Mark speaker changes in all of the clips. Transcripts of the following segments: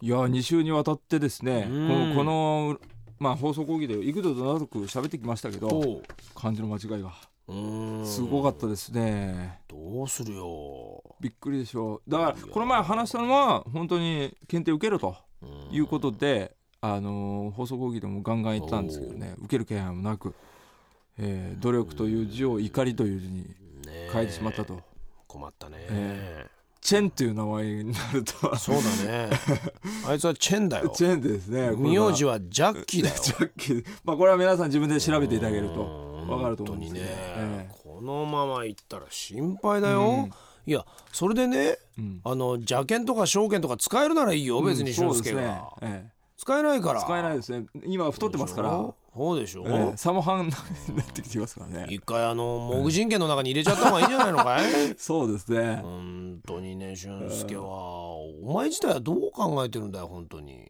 Speaker 1: いや2週にわたってですね、
Speaker 2: うん
Speaker 1: このこの、まあ、放送講義で幾度となく喋ってきましたけど
Speaker 2: と
Speaker 1: 漢字の間違いが
Speaker 2: うーん
Speaker 1: すごかったですね、
Speaker 2: どうするよ
Speaker 1: びっくりでしょうだからこの前話したのは本当に検定受けろということで、あのー放送講義でもガンガン言ったんですけどね受ける気配もなく、えー努力という字を怒りという字に
Speaker 2: ね
Speaker 1: 変えてしまったと、
Speaker 2: 困ったね、
Speaker 1: えチェンという名前になると
Speaker 2: そう だねあいつはチェンだよ
Speaker 1: チェンですねこれが
Speaker 2: 名字はジャッキーだよ
Speaker 1: ジャッキーまあこれは皆さん自分で調べていただける
Speaker 2: う
Speaker 1: と
Speaker 2: ん
Speaker 1: 分かると思うんです
Speaker 2: 本当に
Speaker 1: け
Speaker 2: ね
Speaker 1: ど、、え
Speaker 2: このまま行ったら心配だよ、いやそれでね
Speaker 1: えうん
Speaker 2: あの邪剣とか証券とか使えるならいいよ別に俊介が、
Speaker 1: そうですねええ
Speaker 2: 使えないから
Speaker 1: 使えないですね今太ってますから、
Speaker 2: そうでしょ、
Speaker 1: ええサモハンになってきてますからね
Speaker 2: 一回あのモグ人権の中に入れちゃった方がいいんじゃないのかい
Speaker 1: そうですね
Speaker 2: 本当にね俊介はお前自体はどう考えてるんだよ本当に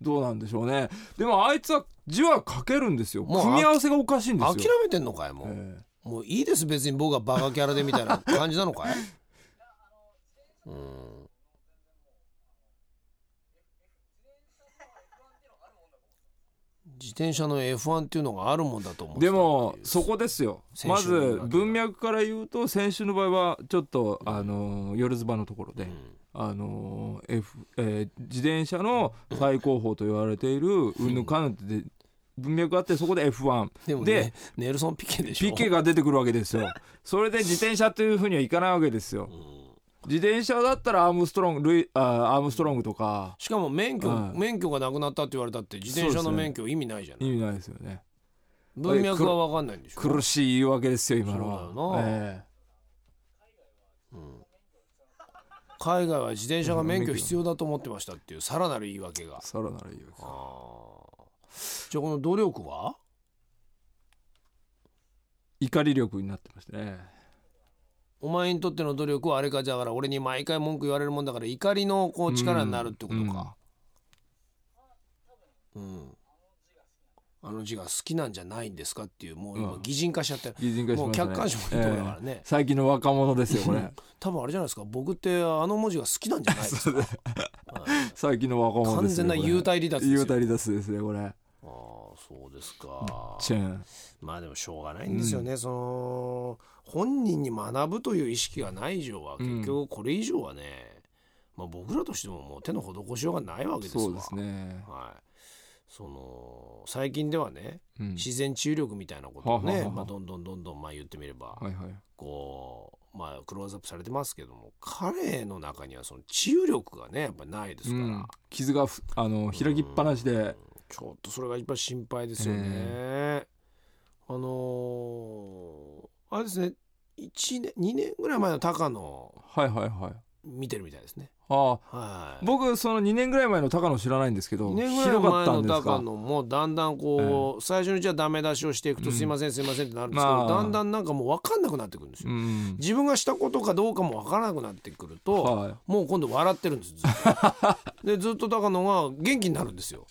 Speaker 1: どうなんでしょうねでもあいつは字は書けるんですよ
Speaker 2: もう
Speaker 1: 組み合わせがおかしいんで
Speaker 2: 諦
Speaker 1: すよ
Speaker 2: めてんのかいもう、
Speaker 1: え
Speaker 2: もういいです別に僕がバカキャラでみたいな感じなのかいうん自転車の F1 っていうのがあるもんだと思っ
Speaker 1: え
Speaker 2: てた
Speaker 1: でも
Speaker 2: っていう
Speaker 1: そこですよ
Speaker 2: 先
Speaker 1: ま
Speaker 2: 週
Speaker 1: ず
Speaker 2: の
Speaker 1: 文脈から言うと先週の場合はちょっとあのー夜ズバのところで、
Speaker 2: うん
Speaker 1: あのー F えー自転車の最高峰と言われているうんぬかんぬってで文脈があってそこで F1
Speaker 2: でもねネルソン・ピケでしょ
Speaker 1: PK が出てくるわけですよそれで自転車というふうにはいかないわけですよ
Speaker 2: うん
Speaker 1: 自転車だったらアームストロングルイあーアームストロングとか
Speaker 2: しかも免許、
Speaker 1: はい
Speaker 2: 免許がなくなったって言われたって自転車の免許意味ないじゃない、
Speaker 1: 意味ないですよね
Speaker 2: 文脈は分かんないんでしょ
Speaker 1: 苦しい言い訳ですよ今の
Speaker 2: そう
Speaker 1: は
Speaker 2: だよな
Speaker 1: え
Speaker 2: 海外は自転車が免許必要だと思ってましたっていうさらなる言い訳が
Speaker 1: えさらなる言い訳
Speaker 2: あーじゃあこの努力は
Speaker 1: 怒り力になってましたね
Speaker 2: お前にとっての努力はあれかじゃあだから俺に毎回文句言われるもんだから怒りのこう力になるってことか、うんあの字が好きなんじゃないんですかっていうもう今
Speaker 1: うん
Speaker 2: 擬人化しちゃってる、
Speaker 1: 擬人化し
Speaker 2: もう
Speaker 1: ましたね
Speaker 2: 客観視もいいところだからね、
Speaker 1: ええ最近の若者ですよこれ
Speaker 2: 多分あれじゃないですか僕ってあの文字が好きなんじゃないですか
Speaker 1: 最近の若者
Speaker 2: 完
Speaker 1: です
Speaker 2: 全
Speaker 1: よ
Speaker 2: な
Speaker 1: これ
Speaker 2: 幽体離脱です
Speaker 1: 幽
Speaker 2: よ
Speaker 1: 体離脱ですねこれ
Speaker 2: ああそうですか
Speaker 1: チェーン
Speaker 2: まあでもしょうがないんですよね、その本人に学ぶという意識がない以上は
Speaker 1: うん
Speaker 2: 結局これ以上はね、まあ、僕らとしてももう手の施しようがないわけですわ
Speaker 1: そうですね
Speaker 2: はい、その最近ではね
Speaker 1: うん
Speaker 2: 自然治癒力みたいなことを
Speaker 1: は
Speaker 2: ね、
Speaker 1: ははは
Speaker 2: まあ、どんどんどんどんまあ言ってみれば、
Speaker 1: はいはい
Speaker 2: こうまあクローズアップされてますけども彼の中にはその治癒力がねやっぱりないです
Speaker 1: う
Speaker 2: から、
Speaker 1: ん、傷がふあの開きっぱなしで
Speaker 2: ちょっとそれがやっぱり心配ですよね。あのーあれですね1年2年ぐらい前の高野
Speaker 1: はいはいはい
Speaker 2: 見てるみたいですね。
Speaker 1: あ
Speaker 2: はい、
Speaker 1: 僕その2年ぐらい前の高野知らないんですけど
Speaker 2: 2年ぐ
Speaker 1: ひ
Speaker 2: らい
Speaker 1: どかっ
Speaker 2: 前
Speaker 1: た
Speaker 2: の
Speaker 1: んです
Speaker 2: 高
Speaker 1: か
Speaker 2: 野もだんだんこう、最初にじゃあダメ出しをしていくと「
Speaker 1: うん
Speaker 2: すいませんすいません」ってなるんですけど、
Speaker 1: まあ
Speaker 2: だんだんなんかもう分かんなくなってくるんですよ。
Speaker 1: うん
Speaker 2: 自分がしたことかどうかも分からなくなってくると、
Speaker 1: は
Speaker 2: もう今度笑ってるんですずっ とでずっと高野が元気になるんですよ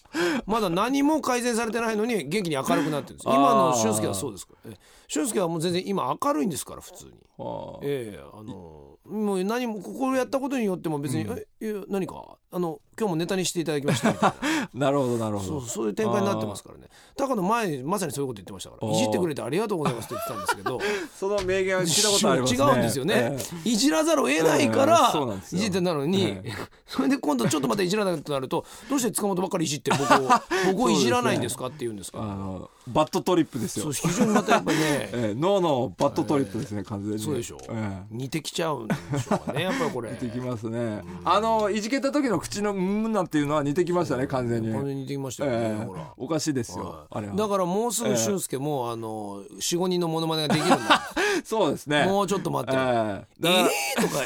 Speaker 2: まだ何も改善されてないのに元気に明るくなってるんです
Speaker 1: あー
Speaker 2: 今の俊介はそうですからえ俊介はもう全然今明るいんですから普通に
Speaker 1: いはあ
Speaker 2: ええあのもう何もここをやったことによっても別に「
Speaker 1: うん
Speaker 2: えいや何かあの今日もネタにしていただきました」みたい な
Speaker 1: なるほどなるほ
Speaker 2: そう
Speaker 1: ど
Speaker 2: そういう展開になってますからね高野前まさにそういうこと言ってましたから「
Speaker 1: あー
Speaker 2: いじってくれてありがとうございます」って言ってたんですけど
Speaker 1: その名言は聞いたことありますね
Speaker 2: 違うんですよね、
Speaker 1: え
Speaker 2: いじらざるを得ないから、
Speaker 1: ええそうなんです
Speaker 2: い
Speaker 1: よ
Speaker 2: じってなのに、
Speaker 1: え
Speaker 2: それで今度ちょっとまたいじらなくなるとどうして塚本ばっかりいじって僕を 僕をいじらないんですかって言うんです
Speaker 1: え
Speaker 2: か
Speaker 1: あ
Speaker 2: ら
Speaker 1: のバッドトリップです
Speaker 2: そ
Speaker 1: よ
Speaker 2: う非常にまたやっぱ りね、
Speaker 1: ええ脳のバッドトリップですね完全に
Speaker 2: そうでしょ、
Speaker 1: ええ
Speaker 2: 似てきちゃうんでしょうかねやっぱり これ
Speaker 1: 似てきますねあのいじけた時の口のうんなんていうのは似てきましたね完全に
Speaker 2: 完全に似てきましたよね、
Speaker 1: ええ
Speaker 2: ほら
Speaker 1: おかしいですよ
Speaker 2: はい
Speaker 1: あれ
Speaker 2: だ
Speaker 1: は
Speaker 2: からもうすぐ俊介も、あの45人のモノマネができるん だ
Speaker 1: そうですね
Speaker 2: もうちょっと待ってる、
Speaker 1: ええ
Speaker 2: え
Speaker 1: だから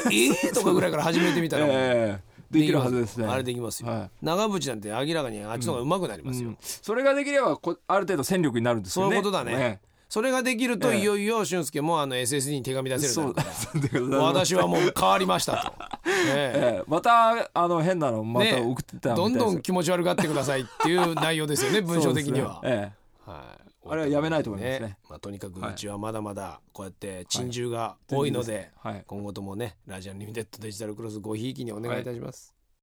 Speaker 2: ーとかえーとかぐらいから始めてみた ら、
Speaker 1: ええできるはずですね
Speaker 2: あれできますよ、
Speaker 1: は
Speaker 2: 長渕なんて明らかにあっちの方が上手くなりますよ、
Speaker 1: うんそれができればこある程度戦力になるんですよね
Speaker 2: そういうことだね
Speaker 1: ね
Speaker 2: それができると
Speaker 1: ええ
Speaker 2: いよいよ俊介もあの SSD に手紙出せるよう
Speaker 1: そ
Speaker 2: に
Speaker 1: う
Speaker 2: なる
Speaker 1: そうでございます
Speaker 2: 私はもう変わりました と、え
Speaker 1: ええまたあの変なの
Speaker 2: え
Speaker 1: また送ってたみたいです
Speaker 2: ねどんどん気持ち悪がってくださいっていう内容です よね文章的には、
Speaker 1: そうですねえ
Speaker 2: はい
Speaker 1: あれはやめないと思いますね
Speaker 2: まあ、とにかくうちはまだまだこうやって珍獣が多いので、
Speaker 1: えはい
Speaker 2: 今後ともねラジアンリミテッドデジタルクロスごひいきにお願いいたします、